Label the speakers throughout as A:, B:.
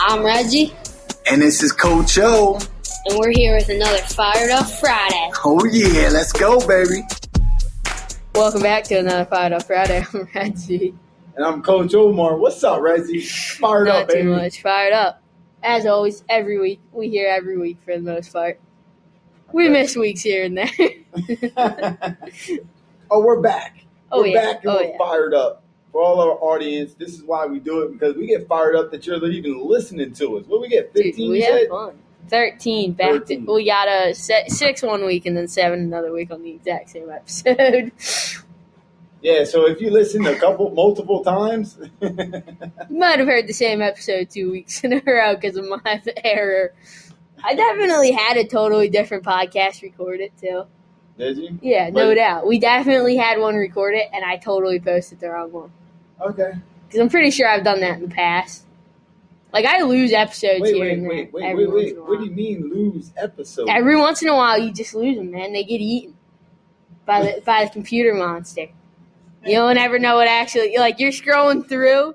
A: I'm Reggie,
B: And this is Coach O.
A: and we're here with another Fired Up Friday.
B: Oh yeah, let's go, baby.
A: Welcome back to another Fired Up Friday. I'm Reggie.
B: And I'm Coach Omar. What's up, Reggie? Fired
A: Not
B: up,
A: too
B: baby.
A: much. Fired up. As always, every week. We here every week for the most part. We
B: Okay.
A: miss weeks here and there.
B: oh, we're back.
A: oh,
B: we're
A: yeah.
B: back and
A: Oh,
B: we're
A: yeah.
B: fired up. For all our audience, this is why we do it because we get fired up that you're even listening to us. What we get,
A: Dude,
B: 15
A: we
B: you
A: had
B: said?
A: fun. 13 back
B: 13.
A: to we got a se- six one week and then seven another week on the exact same episode
B: Yeah, so if you listen a couple, multiple times,
A: you might have heard the same episode two weeks in a row because of my error i definitely had a totally different podcast recorded too
B: did you?
A: yeah no
B: Right.
A: doubt we definitely had one recorded and i totally posted the wrong one
B: Okay.
A: because i'm pretty sure i've done that in the past like i lose episodes
B: Wait,
A: here
B: wait,
A: and there
B: wait, wait,
A: every
B: wait,
A: once
B: wait.
A: in a
B: What do
A: while.
B: you mean lose episode?
A: Every once in a while, you just lose them, man. They get eaten by the by the computer monster. You don't ever know what actually. You're like you're scrolling through,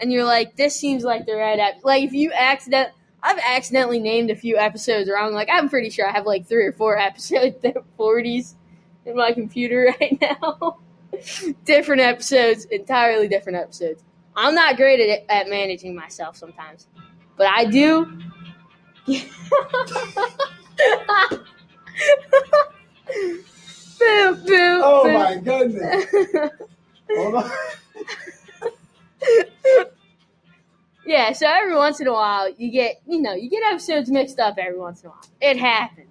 A: and you're like, "This seems like the right app." Like if you accident, I've accidentally named a few episodes wrong. Like I'm pretty sure I have like three or four episodes that are 40s in my computer right now. different episodes, entirely different episodes. I'm not great at, at managing myself sometimes, but I do Boo, boo,
B: oh
A: boo.
B: my goodness. Hold on.
A: yeah, so every once in a while you get you know, you get episodes mixed up every once in a while. It happens.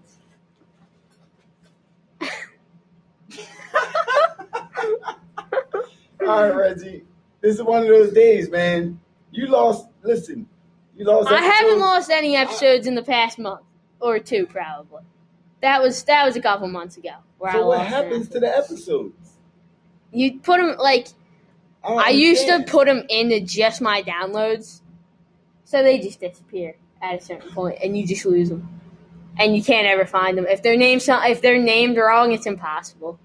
B: All right, Reggie. This is one of those days, man. You lost. Listen, you lost.
A: I haven't
B: episode-
A: lost any episodes in the past month or two probably. That was that was a couple months ago where I
B: So what
A: lost an
B: happens
A: episode.
B: to the episodes?
A: You put them like
B: don't
A: I used to
B: understand.
A: put them into just my downloads, so they just disappear at a certain point, and you just lose them, and you can't ever find them. If they're named some, if they're named wrong, it's impossible.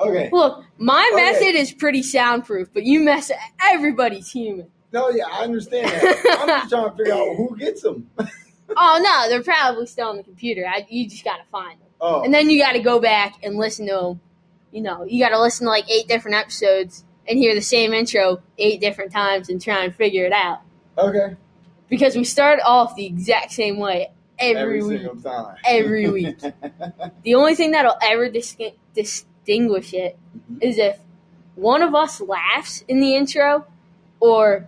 B: Okay.
A: Look, my
B: Okay.
A: method is pretty soundproof, but you mess. Everybody's human.
B: No, yeah, I understand that. I'm just trying to figure out who gets them.
A: Oh no, they're probably still on the computer. I, you just gotta find them,
B: Oh,
A: and then you gotta go back and listen to them. You know, you gotta listen to like eight different episodes and hear the same intro eight different times and try and figure it out.
B: okay.
A: because we start off the exact same way every, week.
B: single time.
A: Every week. The only thing that'll ever dis- distinguish it
B: Mhm.
A: is if one of us laughs in the intro, or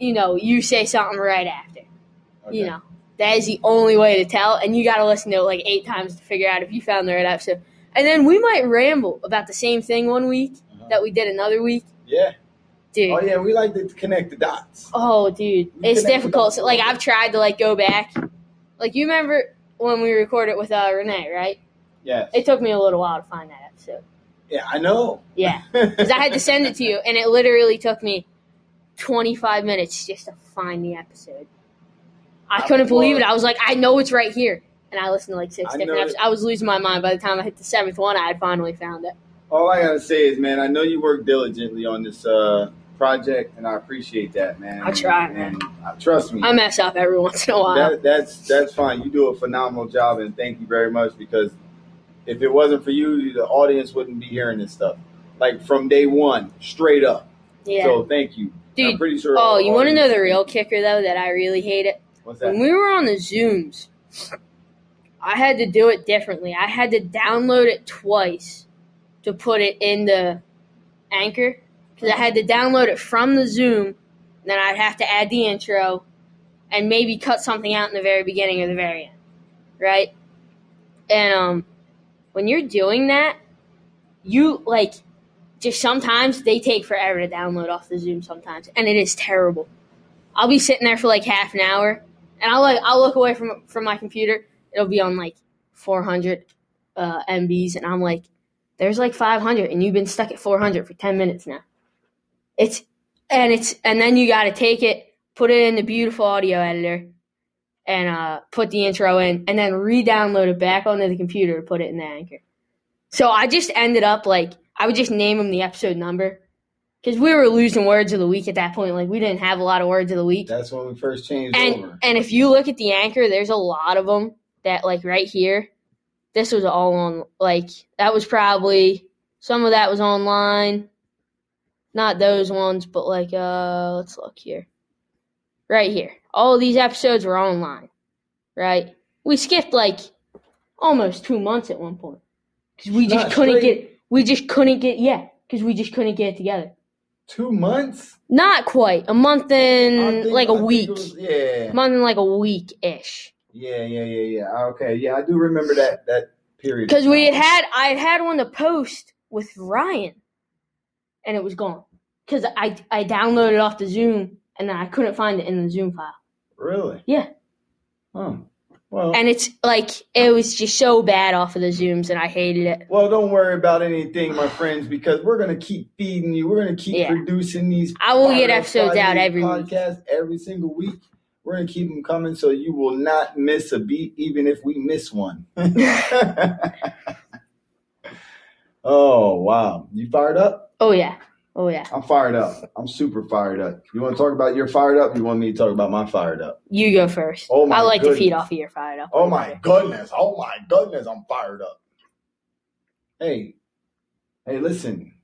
A: you know, you say something right after. You know, that is the only way to tell, and you got to listen to it like eight times to figure out if you found the right episode. And then we might ramble about the same thing one week
B: Uh-huh.
A: that we did another week,
B: yeah.
A: dude.
B: Oh yeah, we like to connect the dots.
A: Oh, dude,
B: We
A: it's
B: connected
A: difficult.
B: on
A: So, like
B: Twitter.
A: I've tried to like go back. Like you remember when we recorded with uh, Renee, right?
B: Yes.
A: It took me a little while to find that episode.
B: Yeah, I know.
A: Yeah, because I had to send it to you, and it literally took me twenty five minutes just to find the episode. I
B: I
A: couldn't believe it.
B: was-
A: I was like, I know it's right here, and I listened to like six
B: I
A: different
B: know
A: episodes. I was losing my mind by the time I hit the seventh one. I had finally found it.
B: All I gotta say is, man, I know you work diligently on this uh, project, and I appreciate that, man.
A: I try, man.
B: And uh, trust me,
A: I mess up every once in a while.
B: That, that's that's fine. You do a phenomenal job, and thank you very much. Because if it wasn't for you, the audience wouldn't be hearing this stuff. Like from day one, straight up.
A: yeah,
B: So thank you. I'm
A: dude.
B: pretty sure.
A: Oh,
B: our
A: you want to
B: audience-
A: know the real kicker though? That I really hate it.
B: What's that?
A: when we were on the zooms i had to do it differently i had to download it twice to put it in the anchor because i had to download it from the zoom and then i'd have to add the intro and maybe cut something out in the very beginning or the very end right and um when you're doing that you like just sometimes they take forever to download off the zoom sometimes and it is terrible i'll be sitting there for like half an hour and I'll like I'll look away from from my computer. It'll be on like 400 uh, MBs, and I'm like, there's like 500, and you've been stuck at 400 for 10 minutes now. It's and it's and then you got to take it, put it in the beautiful audio editor, and uh, put the intro in, and then re-download it back onto the computer and put it in the anchor. So I just ended up like I would just name them the episode number, because we were losing words of the week at that point. Like we didn't have a lot of words of the week.
B: That's when we first changed
A: and
B: over.
A: and if you look at the anchor, there's a lot of them that like right here. This was all on like that was probably some of that was online. Not those ones, but like uh let's look here. Right here. All of these episodes were online. Right? We skipped like almost 2 months at one point. Cuz we just
B: Not
A: couldn't
B: straight.
A: get we just couldn't get yeah, cuz we just couldn't get it together.
B: Two months?
A: Not quite. A month
B: I
A: and
B: think-
A: Mm, like
B: I
A: a
B: think it
A: week.
B: was- yeah.
A: Month and like a week ish.
B: Yeah, yeah, yeah, yeah. Okay, yeah, I do remember that that period. of
A: Because we had
B: time.
A: had I had had one to post with Ryan, and it was gone. Because I I downloaded it off the Zoom and then I couldn't find it in the Zoom file.
B: really.
A: Yeah.
B: Oh. Well.
A: And it's like it was just so bad off of the Zooms, and I hated it.
B: well, don't worry about anything, my friends, because we're gonna keep feeding you. We're gonna keep
A: Yeah.
B: producing these.
A: I will get
B: Friday
A: episodes out
B: Friday
A: every week.
B: podcast every single week. We're gonna keep them coming, so you will not miss a beat, even if we miss one. oh wow, you fired up?
A: Oh yeah, oh yeah.
B: I'm fired up. I'm super fired up. You want to talk about your fired up? You want me to talk about my fired up?
A: You go first.
B: Oh, my
A: I like to feed
B: goodness.
A: off of your fire up.
B: Oh my goodness. Oh my goodness. I'm fired up. Hey, hey, listen.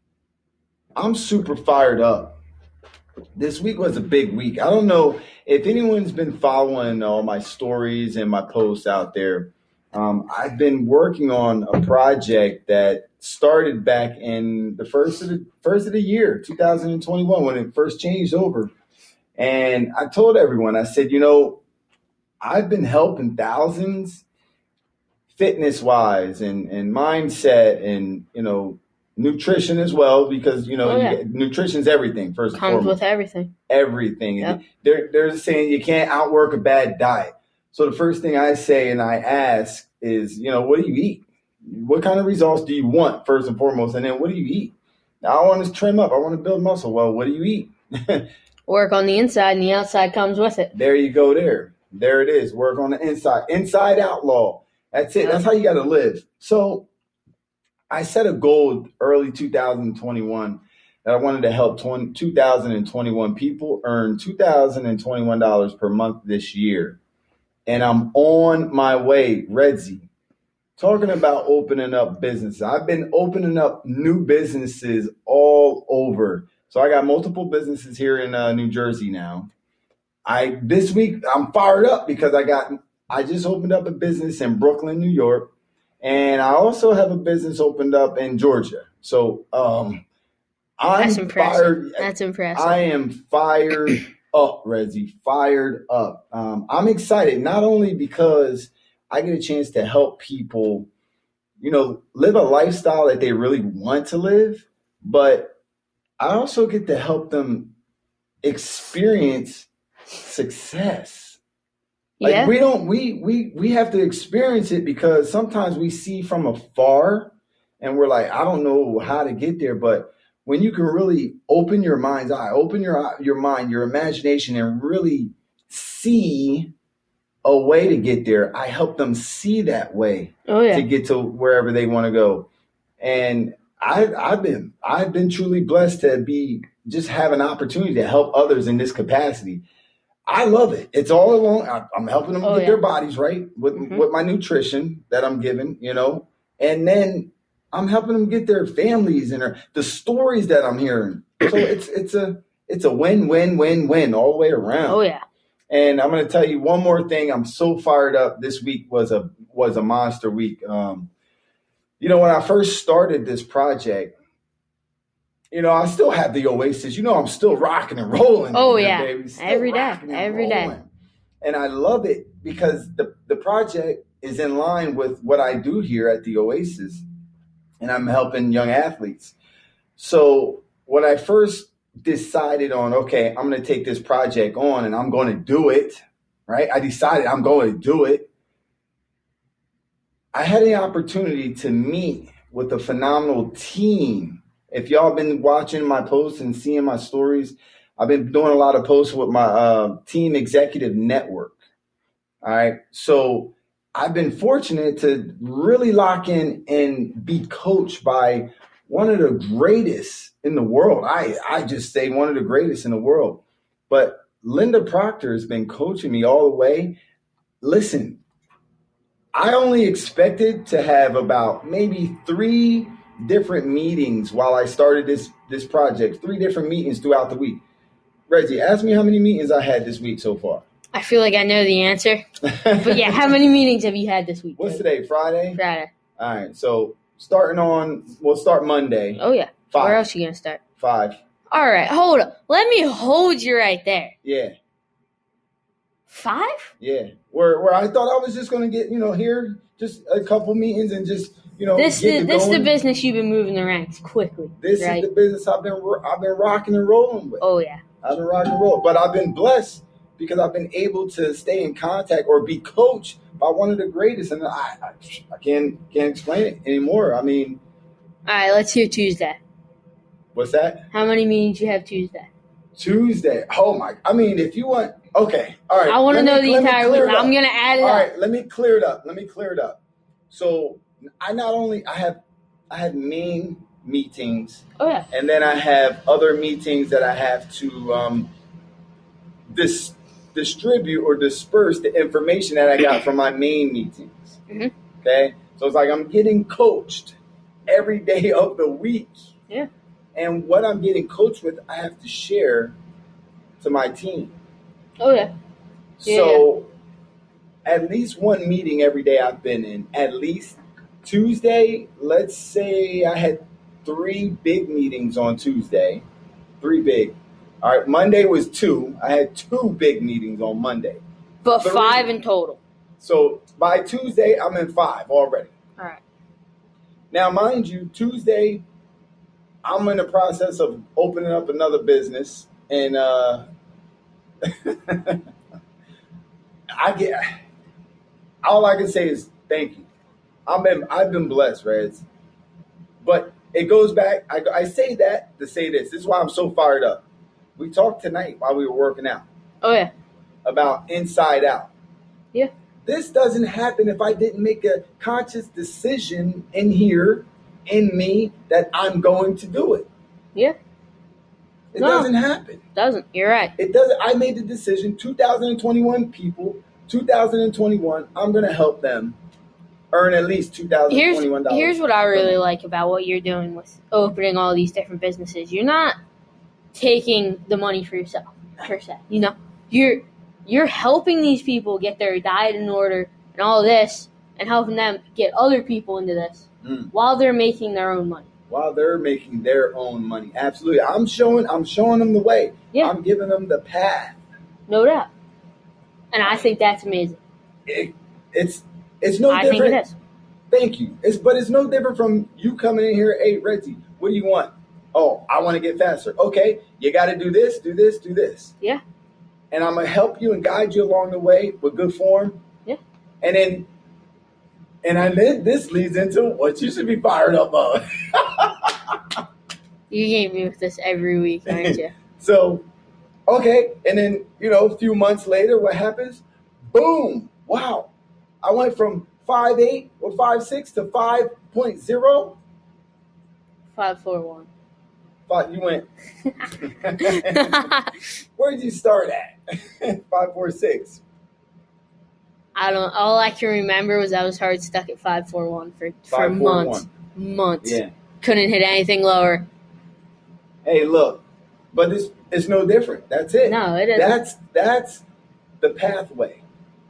B: I'm super fired up. This week was a big week. I don't know if anyone's been following all my stories and my posts out there. Um, I've been working on a project that started back in the first of the first of the year, 2021, when it first changed over. And I told everyone, I said, you know, I've been helping thousands fitness wise and, and mindset and, you know, nutrition as well, because, you know,
A: Oh,
B: you
A: yeah.
B: get- nutrition's everything first and
A: Comes
B: foremost
A: with everything.
B: everything.
A: Yep.
B: They're, they're saying you can't outwork a bad diet. So the first thing I say and I ask is, you know, what do you eat? What kind of results do you want first and foremost? And then what do you eat? Now I want to trim up. I want to build muscle. Well, what do you eat?
A: Work on the inside, and the outside comes with it.
B: There you go. There, there it is. Work on the inside, inside outlaw. That's it. That's how you got to live. So, I set a goal early 2021 that I wanted to help 20, 2021 people earn 2021 dollars per month this year, and I'm on my way, Redzi. Talking about opening up businesses, I've been opening up new businesses all over. So I got multiple businesses here in uh, New Jersey now. I this week I'm fired up because I got I just opened up a business in Brooklyn, New York, and I also have a business opened up in Georgia. So um I'm
A: That's impressive.
B: fired.
A: That's impressive.
B: I am fired up, Rezzy. Fired up. Um, I'm excited not only because I get a chance to help people, you know, live a lifestyle that they really want to live, but I also get to help them experience success. Like
A: yeah.
B: we don't we we we have to experience it because sometimes we see from afar and we're like, I don't know how to get there, but when you can really open your mind's eye, open your eye- your mind, your imagination and really see a way to get there. I help them see that way
A: oh
B: to
A: yeah.
B: get to wherever they want to go. And I, I've been I've been truly blessed to be just have an opportunity to help others in this capacity. I love it. It's all along. I, I'm helping them
A: Oh,
B: get
A: yeah.
B: their bodies right with
A: Mhm.
B: with my nutrition that I'm giving, you know, and then I'm helping them get their families and their, the stories that I'm hearing. So it's it's a it's a win win win win all the way around.
A: Oh yeah.
B: And I'm going to tell you one more thing. I'm so fired up. This week was a was a monster week. Um, you know, when I first started this project, you know, I still had the Oasis. You know, I'm still rocking and rolling.
A: Oh,
B: in there,
A: yeah.
B: baby. Still
A: Every day.
B: rocking and
A: Every day.
B: rolling. And I love it because the the project is in line with what I do here at the Oasis, and I'm helping young athletes. So when I first decided on, okay, I'm going to take this project on and I'm going to do it, right? I decided I'm going to do it. I had the opportunity to meet with a phenomenal team. If y'all been watching my posts and seeing my stories, I've been doing a lot of posts with my uh, team executive network. All right. So I've been fortunate to really lock in and be coached by one of the greatest in the world. I, I just say one of the greatest in the world. But Linda Proctor has been coaching me all the way. Listen, I only expected to have about maybe three different meetings while I started this this project. Three different meetings throughout the week. Reggie, ask me how many meetings I had this week so far.
A: I feel like I know the answer. But yeah, how many meetings have you had this week?
B: What's
A: Cody?
B: today? Friday.
A: Friday.
B: All right. So starting on, we'll start Monday.
A: Oh yeah. Where
B: Five.
A: else you gonna start?
B: Five.
A: All right, hold up. Let me hold you right there.
B: Yeah.
A: Five?
B: Yeah, where where I thought I was just gonna get you know here just a couple meetings and just you know
A: This
B: get
A: is
B: it
A: this is the
B: going.
A: business you've been moving the ranks quickly.
B: This
A: right?
B: is the business I've been ro- I've been rocking and rolling with.
A: oh yeah.
B: I've been rocking and rolling, but I've been blessed because I've been able to stay in contact or be coached by one of the greatest, and I I, I can't can't explain it anymore. I mean,
A: All right, let's hear Tuesday.
B: what's that
A: How many meetings you have Tuesday?
B: Tuesday? Oh my! I mean, if you want, okay, all right.
A: I want to
B: let me-
A: know the
B: let me
A: entire week.
B: clear it up.
A: I'm gonna add it
B: All
A: up.
B: right, let me clear it up. Let me clear it up. So I not only I have I have main meetings,
A: Oh yeah.
B: and then I have other meetings that I have to um, dis- distribute or disperse the information that I got from my main meetings.
A: Mhm.
B: Okay, so it's like I'm getting coached every day of the week.
A: Yeah.
B: And what I'm getting coached with, I have to share to my team.
A: Oh yeah. Yeah.
B: So at least one meeting every day I've been in. At least Tuesday, let's say I had three big meetings on Tuesday. Three big. All right, Monday was two. I had two big meetings on Monday.
A: But
B: Three.
A: five in total.
B: So by Tuesday, I'm in five already.
A: All right.
B: Now, mind you, Tuesday, I'm in the process of opening up another business, and uh, I get all I can say is thank you. I've been I've been blessed, Reds, but it goes back. I, I say that to say this. This is why I'm so fired up. We talked tonight while we were working out
A: Oh yeah.
B: about inside out.
A: Yeah.
B: This doesn't happen if I didn't make a conscious decision in here, in me, that I'm going to do it.
A: Yeah.
B: It
A: No.
B: doesn't happen.
A: Doesn't. You're right.
B: It doesn't. I made the decision 2021 people, 2021, I'm going to help them earn at least
A: Here's
B: $2,021.
A: here's what I really like about what you're doing with opening all these different businesses. You're not taking the money for yourself per se. You know, you're you're helping these people get their diet in order and all this, and helping them get other people into this
B: Mm.
A: while they're making their own money.
B: While they're making their own money. Absolutely. I'm showing I'm showing them the way.
A: Yeah.
B: I'm giving them the path.
A: No doubt. And I think that's amazing.
B: It, it's it's no
A: I think
B: different
A: it is.
B: Thank you. It's but it's no different from you coming in here. Hey, Reggie, what do you want? Oh, I want to get faster. Okay, you got to do this, do this, do this.
A: Yeah.
B: And I'm gonna help you and guide you along the way with good form.
A: Yeah.
B: And then, and I then this leads into what you should be fired up on.
A: You get me with this every week, aren't you?
B: so, okay, and then you know, a few months later, what happens? Boom! Wow, I went from five eight or five six to five point zero.
A: Five, four, one.
B: But you went. Where did you start at? Five, four, six.
A: I don't. All I can remember was I was hard stuck at five, four, one for for
B: Five, four,
A: months, months.
B: Yeah.
A: Couldn't hit anything lower.
B: Hey, look, but it's it's no different. That's it.
A: No, it isn't.
B: That's that's the pathway.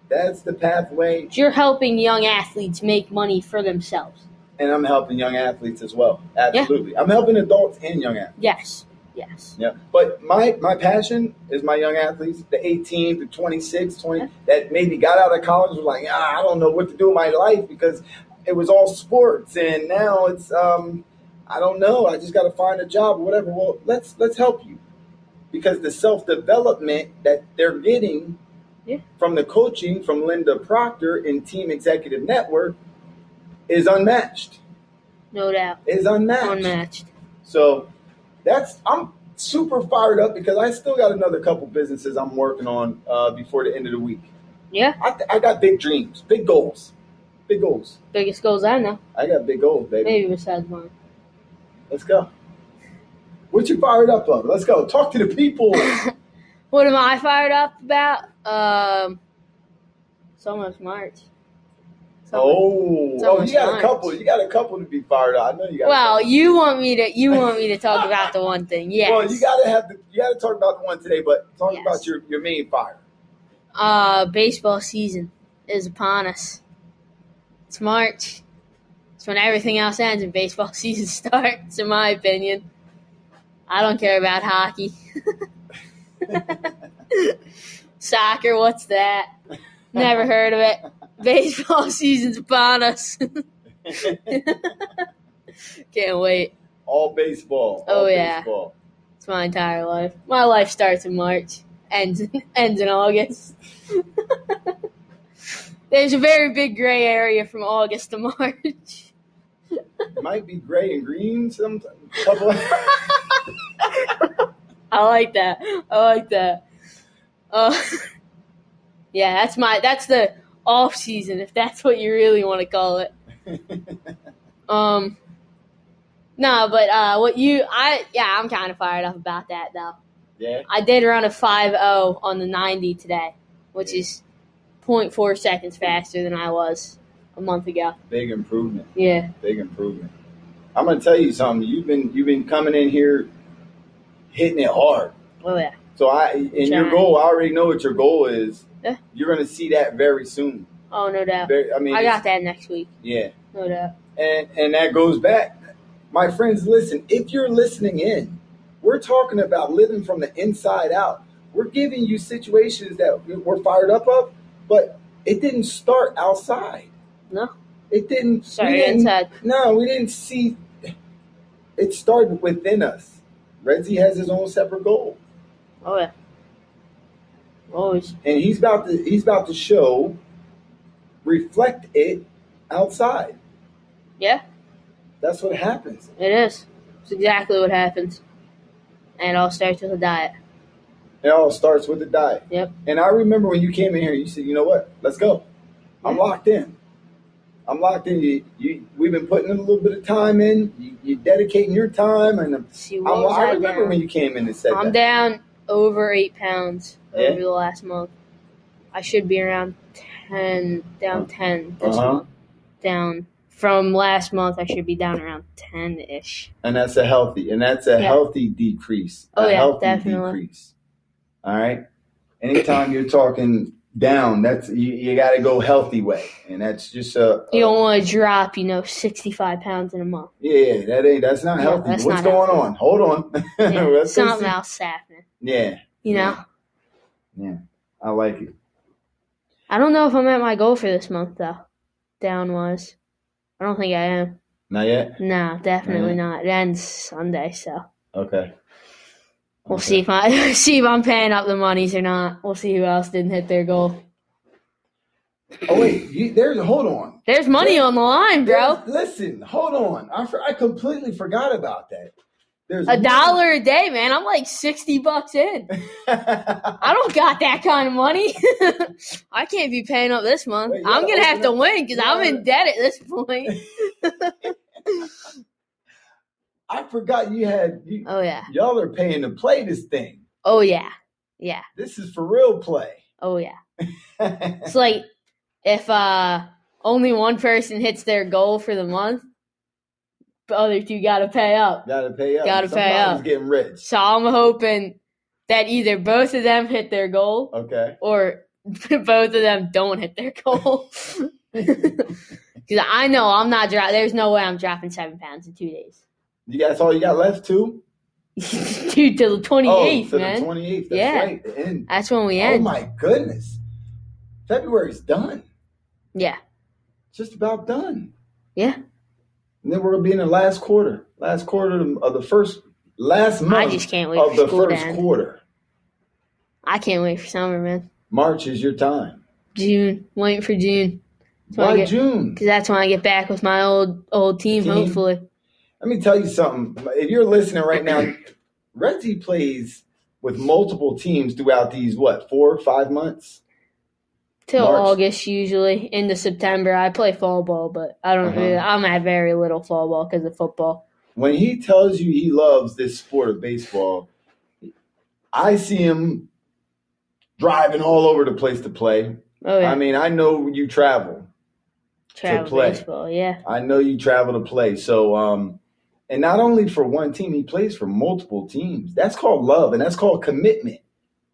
B: That's the pathway,
A: You're helping young athletes make money for themselves.
B: and I'm helping young athletes as well. Absolutely, I'm helping adults and young athletes.
A: Yes. Yes.
B: Yeah, but my my passion is my young athletes, the 18 to 26, 20
A: Yeah.
B: that maybe got out of college was like, ah, I don't know what to do with my life because it was all sports, and now it's um, I don't know. I just got to find a job, or whatever. Well, let's let's help you because the self development that they're getting
A: Yeah.
B: from the coaching from Linda Proctor and Team Executive Network is unmatched.
A: No doubt.
B: Is unmatched.
A: Unmatched.
B: So that's I'm super fired up because I still got another couple businesses I'm working on uh, before the end of the week.
A: Yeah.
B: I, I got big dreams, big goals, big goals.
A: Biggest goals I know,
B: I got big goals, baby.
A: maybe besides mine.
B: Let's go. What you fired up of? Let's go. Talk to the people.
A: What am I fired up about? Um, it's almost March. It's almost-
B: oh,
A: so
B: oh,
A: much
B: you got a
A: fun.
B: couple. You got a couple to be fired up. I know you got. a
A: Well,
B: couple.
A: you want me to you want me to talk about the one thing, yes.
B: well, you got to have the, you got to talk about the one today, but talk
A: Yes.
B: about your your main fire.
A: Uh, baseball season is upon us. It's March. It's when everything else ends and baseball season starts, in my opinion. I don't care about hockey. Soccer, what's that? Never heard of it. Baseball season's upon us. Can't wait.
B: all baseball.
A: Oh,
B: all
A: yeah.
B: baseball.
A: It's my entire life. My life starts in March, ends ends in August. There's a very big gray area from August to March.
B: Might be gray and green sometimes. Couple
A: I like that. I like that. Uh, yeah, that's my that's the off season if that's what you really want to call it. Um, nah, but uh, what you I yeah I'm kind of fired up about that though.
B: yeah.
A: I did run a 5.0 on the 90 today, which is 0.4 seconds faster than I was a month ago.
B: Big improvement.
A: Yeah.
B: Big improvement. I'm gonna tell you something. You've been you've been coming in here hitting it hard.
A: Oh, yeah.
B: So I and your
A: Trying.
B: goal, I already know what your goal is.
A: Yeah.
B: You're gonna see that very soon.
A: Oh, no doubt.
B: Very, I mean,
A: I
B: it's-
A: got that next week.
B: yeah,
A: No doubt.
B: and and that goes back. My friends, listen. If you're listening in, we're talking about living from the inside out. We're giving you situations that we're fired up of, but it didn't start outside.
A: No.
B: It didn't. we
A: Sorry, uh,
B: didn't-
A: inside.
B: No, we didn't see. It started within us. Renzi has his own separate goal,
A: Oh, yeah. Always.
B: and he's about to he's about to show, reflect it outside.
A: Yeah,
B: That's what happens.
A: it is. It's exactly what happens. And it all starts with a diet.
B: It all starts with the diet.
A: Yep.
B: And I remember when you came in here, you said, "You know what? Let's go. I'm
A: Yeah.
B: locked in. I'm locked in. You, you, we've been putting in a little bit of time in. You, you're dedicating your time, and I'm,
A: See,
B: Oh, i
A: what was I
B: remember
A: down?
B: when you came in and said
A: I'm
B: that.
A: down over eight pounds
B: Yeah?
A: over the last month. I should be around ten, down ten this
B: Uh-huh.
A: month. Down from last month, I should be down around ten ish.
B: and that's a healthy, and that's a
A: Yeah.
B: healthy decrease.
A: Oh,
B: a
A: yeah,
B: healthy
A: definitely.
B: decrease. All right. Anytime you're talking down, that's you, you got to go healthy way, and that's just a,
A: You don't want to drop, you know, sixty five pounds in a month.
B: yeah. That ain't that's not
A: Yeah,
B: healthy.
A: that's
B: What's
A: not
B: going
A: healthy.
B: on? Hold on.
A: Yeah,
B: Let's go
A: something
B: see.
A: else happening.
B: yeah,
A: You know,
B: Yeah. I like it.
A: I don't know if I'm at my goal for this month though. Down wise, I don't think I am.
B: Not yet.
A: No, definitely
B: Mhm.
A: not. It ends Sunday, so.
B: Okay.
A: We'll
B: Okay.
A: see if I see if I'm paying up the monies or not. We'll see who else didn't hit their goal.
B: Oh wait, you, there's hold on,
A: There's money on the line, bro.
B: There's- listen, hold on. I for, I completely forgot about that. There's
A: A dollar a day, man. I'm like sixty bucks in. I don't got that kind of money. I can't be paying up this month.
B: Wait, you
A: I'm
B: gotta
A: gonna have
B: open
A: to
B: up-
A: win because
B: you
A: I'm
B: gotta-
A: in debt at this point.
B: I forgot you had you,
A: Oh yeah.
B: y'all are paying to play this thing.
A: Oh yeah. Yeah.
B: This is for real play.
A: Oh yeah.
B: yeah,
A: It's like if uh only one person hits their goal for the month, the other two gotta pay up.
B: gotta pay up.
A: Gotta pay
B: Somebody's
A: up.
B: Getting rich.
A: So I'm hoping that either both of them hit their goal
B: Okay.
A: or both of them don't hit their goal. Because I know I'm not dropping. There's no way I'm dropping seven pounds in two days.
B: You got that's all you got left too.
A: Dude, till the 28th,
B: oh, so
A: man.
B: the twenty eighth. That's
A: Yeah.
B: right. The end.
A: That's when we
B: Oh
A: end.
B: my goodness, February's done.
A: yeah.
B: Just about done.
A: Yeah.
B: And then we're gonna be in the last quarter, last quarter of the first, last month
A: I just can't wait
B: of
A: for
B: the
A: school to
B: first
A: end.
B: quarter.
A: I can't wait for summer, man.
B: March is your time.
A: June. Waiting for June. That's when I
B: Why
A: get-
B: June?
A: Because that's when I get back with my old old team,
B: Team.
A: hopefully.
B: Let me tell you something. If you're listening right now, Reggie plays with multiple teams throughout these what four, five months.
A: Till
B: March.
A: August usually into September. I play fall ball, but I don't.
B: Uh-huh.
A: Really, I'm at very little fall ball because of football.
B: when he tells you he loves this sport of baseball, I see him driving all over the place to play.
A: Oh yeah,
B: I mean, I know you travel.
A: travel
B: play.
A: baseball. Yeah,
B: I know you travel to play. So, um, and not only for one team, he plays for multiple teams. That's called love, and that's called commitment.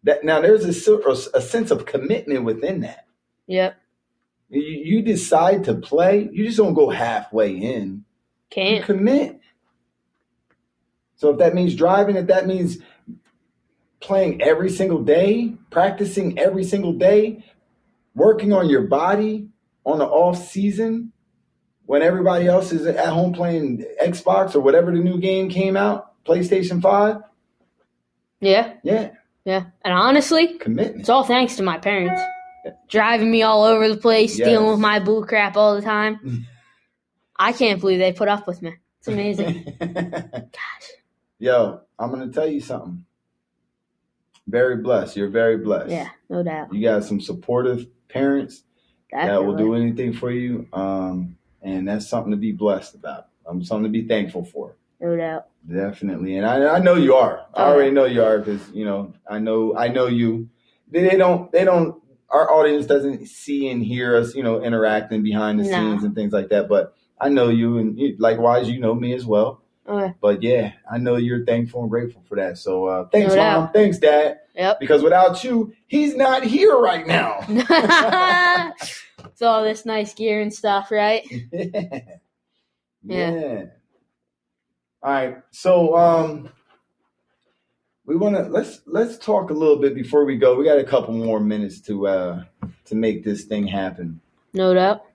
B: That now there's a, se- a sense of commitment within that.
A: yep.
B: You, you decide to play. You just don't go halfway in. You
A: Can't.
B: commit. So if that means driving, if that means playing every single day, practicing every single day, working on your body on the off season when everybody else is at home playing Xbox or whatever the new game came out, PlayStation 5,
A: Yeah,
B: yeah,
A: yeah. And honestly,
B: commitment.
A: it's all thanks to my parents driving me all over the place,
B: Yes.
A: dealing with my bull crap all the time. I can't believe they put up with me. It's amazing.
B: Yo, I'm going to tell you something. Very blessed. You're very blessed.
A: yeah, no doubt.
B: You got some supportive parents. that will
A: Definitely.
B: do anything for you. Um, and that's something to be blessed about. Um, something to be thankful for.
A: No doubt.
B: Definitely. And I, I know you are. I
A: Oh,
B: already
A: yeah.
B: know you are because you know I know I know you. They, they don't. They don't. Our audience doesn't see and hear us. You know, interacting behind the
A: No.
B: scenes and things like that. But I know you, and you, likewise, you know me as well.
A: Okay.
B: But yeah, I know you're thankful and grateful for that. So uh, thanks,
A: No doubt.
B: mom. Thanks, dad.
A: Yep.
B: Because without you, he's not here right now.
A: it's all this nice gear and stuff, right?
B: yeah.
A: Yeah.
B: Yeah. All right. So um we want to let's let's talk a little bit before we go. We got a couple more minutes to uh to make this thing happen.
A: No doubt.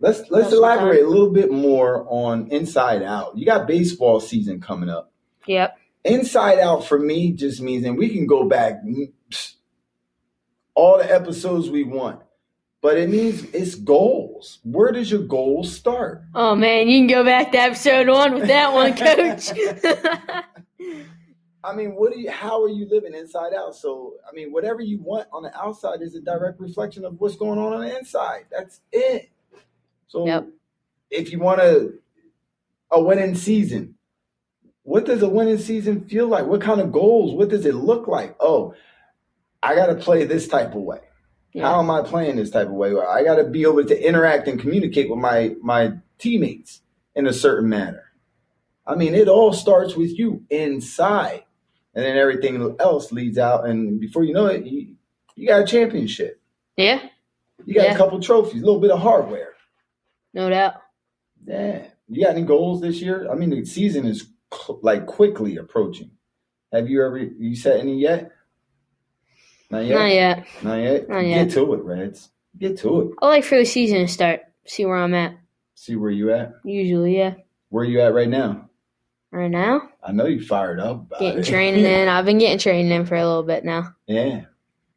B: Let's let's
A: That's
B: elaborate a little bit more on Inside Out. You got baseball season coming up.
A: Yep.
B: Inside Out for me just means, and we can go back mm, psh, all the episodes we want, but it means it's goals. Where does your goal start?
A: Oh man, you can go back to episode one with that one, coach.
B: I mean, what do you? How are you living inside out? So, I mean, whatever you want on the outside is a direct reflection of what's going on on the inside. That's it. So,
A: Yep.
B: if you want a a winning season, what does a winning season feel like? What kind of goals? What does it look like? Oh, I got to play this type of way. How
A: yeah.
B: am I playing this type of way? Well, I got to be able to interact and communicate with my my teammates in a certain manner. I mean, it all starts with you inside, and then everything else leads out. And before you know it, you, you got a championship.
A: yeah,
B: You got
A: Yeah.
B: a couple trophies, a little bit of hardware.
A: no doubt.
B: Yeah. You got any goals this year? I mean, the season is cl- like quickly approaching. Have you ever you set any yet? Not yet.
A: Not yet.
B: Not yet.
A: Not yet.
B: Get to it, Reds. Get to it.
A: I like for the season to start, see where I'm at.
B: See where you at.
A: Usually, yeah.
B: Where you at right now?
A: Right now,
B: I know you fired up about
A: getting
B: it.
A: training in. I've been getting training in for a little bit now.
B: yeah,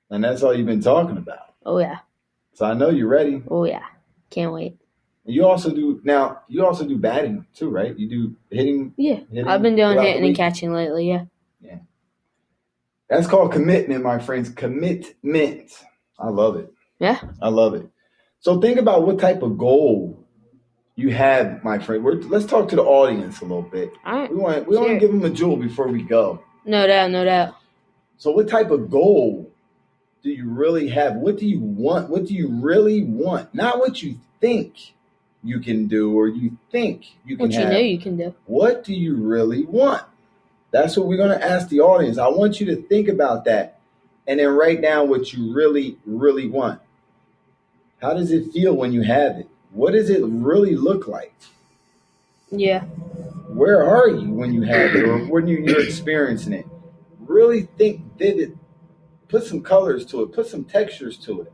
B: and that's all you've been talking about.
A: Oh yeah,
B: So I know you're ready.
A: oh yeah. Can't wait.
B: You also do now. You also do batting too, right? You do hitting.
A: Yeah,
B: hitting
A: I've been doing
B: throughout the
A: hitting and
B: week.
A: catching lately. Yeah,
B: That's called commitment, my friends. Commitment. I love it.
A: yeah,
B: I love it. So think about what type of goal you have, my friend. We're, let's talk to the audience a little bit.
A: all right.
B: We want we want to
A: Sure.
B: give them a jewel before we go.
A: No doubt, no doubt.
B: So, what type of goal do you really have? What do you want? What do you really want? Not what you think you can do or you think you can
A: What you
B: have.
A: know you can do.
B: What do you really want? That's what we're going to ask the audience. I want you to think about that and then write down what you really, really want. How does it feel when you have it? What does it really look like?
A: Yeah,
B: Where are you when you have it or when you, you're experiencing it? Really think vivid. Put some colors to it, put some textures to it.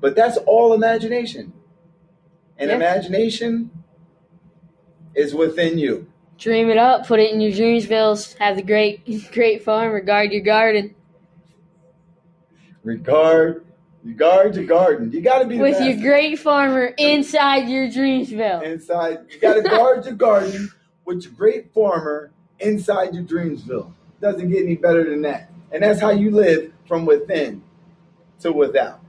B: But that's all imagination. And
A: Yeah.
B: imagination is within you.
A: dream it up. Put it in your dreams, Bills. Have the great, great farm. Regard your garden
B: Regard, regard your garden. You got to be the
A: with your
B: master.
A: great farmer inside your Dreamsville.
B: inside. You got to guard your garden with your great farmer inside your Dreamsville. Doesn't get any better than that. And that's how you live from within to without.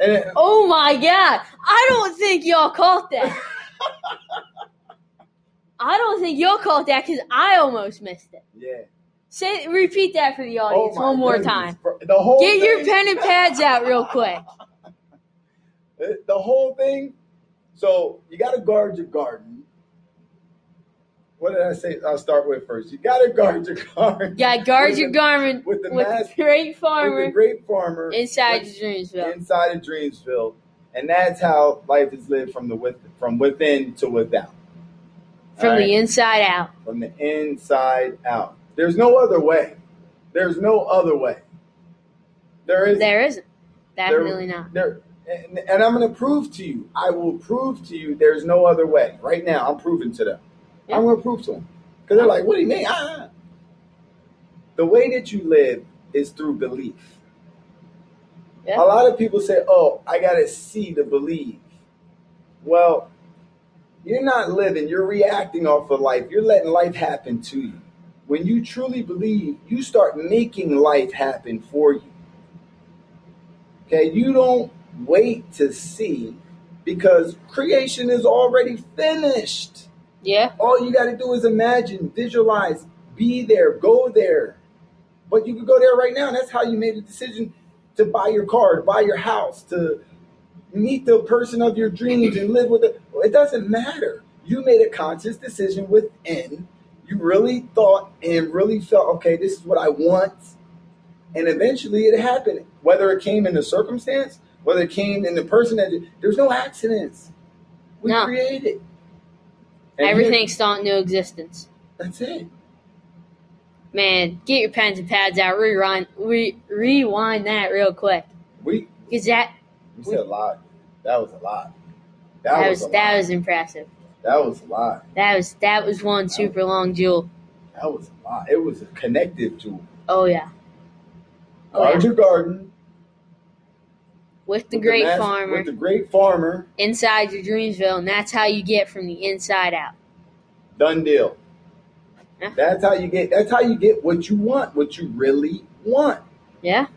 B: And it-
A: Oh my god! I don't think y'all caught that. I don't think you'll call it that because I almost missed it.
B: Yeah.
A: Say, repeat that for the audience
B: Oh my
A: Oh, one more
B: goodness,
A: time.
B: bro. The whole
A: Get your
B: thing-
A: pen and pads out real quick.
B: It- uh, the whole thing. So you got to guard your garden. What did I say? I'll start with first. You got to guard your garden
A: Yeah, guard
B: With
A: your
B: the-
A: garment
B: with the
A: with
B: mask-
A: the great
B: with
A: farmer
B: the great farmer
A: inside
B: with-
A: Dreamsville.
B: inside of Dreamsville, and that's how life is lived from the with, from within to without,
A: From
B: All right?
A: the inside out.
B: from the inside out. There's no other way. There's no other way. There is
A: There isn't. Definitely not.
B: There, and, and I'm going to prove to you. I will prove to you. There's no other way. Right now, I'm proving to them.
A: Yeah.
B: I'm going to prove to them because they're like, "What do you mean?" Ah. The way that you live is through belief.
A: Yeah.
B: A lot of people say, "Oh, I got to see to believe." Well, you're not living. You're reacting off of life. You're letting life happen to you. When you truly believe, you start making life happen for you. Okay, you don't wait to see because creation is already finished.
A: Yeah.
B: All you got to do is imagine, visualize, be there, go there. But you could go there right now. And that's how you made the decision to buy your car, to buy your house, to meet the person of your dreams and live with it. It doesn't matter. You made a conscious decision within. You really thought and really felt, okay, this is what I want. And eventually it happened. Whether it came in the circumstance, whether it came in the person that there's no accidents. We
A: No.
B: created it. And here-
A: Everything's thought into existence.
B: that's it.
A: Man, get your pens and pads out. Rewind, re- rewind that real quick.
B: We
A: Because that,
B: we said a lot. That was a lot. That,
A: that,
B: was,
A: was,
B: a
A: that
B: lot.
A: was impressive.
B: that was a lot.
A: That was that was one super long jewel.
B: That was a lot. It was a connective jewel.
A: Oh yeah. Oh, yeah.
B: Guard your garden.
A: With the
B: with
A: great
B: mas-
A: farmer
B: With the great farmer.
A: inside your Dreamsville, and that's how you get from the inside out.
B: Done deal.
A: Yeah.
B: That's how you get. That's how you get what you want. What you really want.
A: Yeah.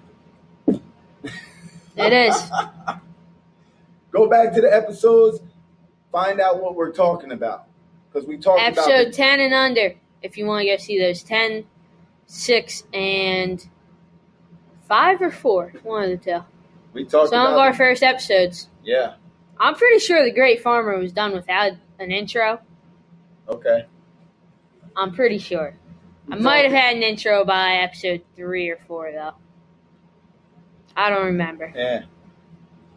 A: it is.
B: Go back to the episodes. Find out what we're talking about because we talked
A: Episode
B: about.
A: 10 and under, if you want to go see those 10, 6, and 5 or 4. One of the two.
B: We talked
A: Some
B: about.
A: of our first episodes.
B: yeah.
A: I'm pretty sure The Great Farmer was done without an intro.
B: Okay.
A: I'm pretty sure. I
B: We
A: might have
B: talked-
A: had an intro by episode 3 or 4, though. I don't remember.
B: Yeah. Eh.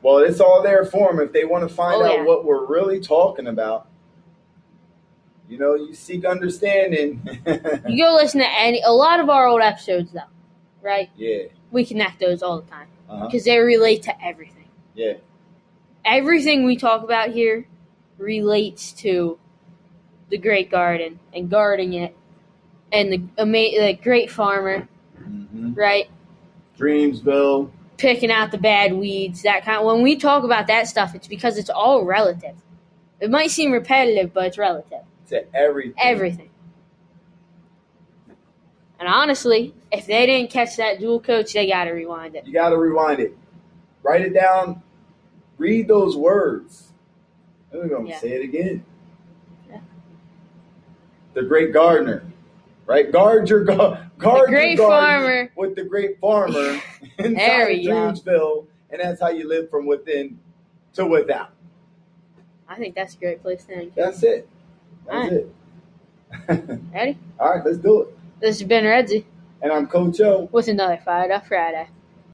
B: Well, it's all there for them if they want to find
A: Oh,
B: out
A: yeah.
B: what we're really talking about. You know, you seek understanding.
A: You go listen to any a lot of our old episodes though, right?
B: yeah.
A: We connect those all the time
B: Uh-huh.
A: because they relate to everything.
B: Yeah.
A: Everything we talk about here relates to the great garden and guarding it, and the ama- the great farmer,
B: hmm
A: right?
B: Dreamsville.
A: Picking out the bad weeds, that kind. when we talk about that stuff, it's because it's all relative. It might seem repetitive, but it's relative.
B: To everything.
A: everything. And honestly, if they didn't catch that dual coach, they got to rewind it.
B: You got to rewind it. Write it down. Read those words. And we're going to
A: Yeah.
B: say it again.
A: Yeah.
B: The great gardener. Right? Guard your gar- guard
A: The great
B: your garden
A: farmer.
B: with the great farmer inside
A: There
B: of
A: we go.
B: Dreamsville. And that's how you live from within to without.
A: I think that's a great place to end.
B: That's it.
A: All
B: That's
A: right.
B: it.
A: Ready?
B: All right, let's do it.
A: This has been Redzi
B: And I'm Coach O.
A: with another Fired Up Friday.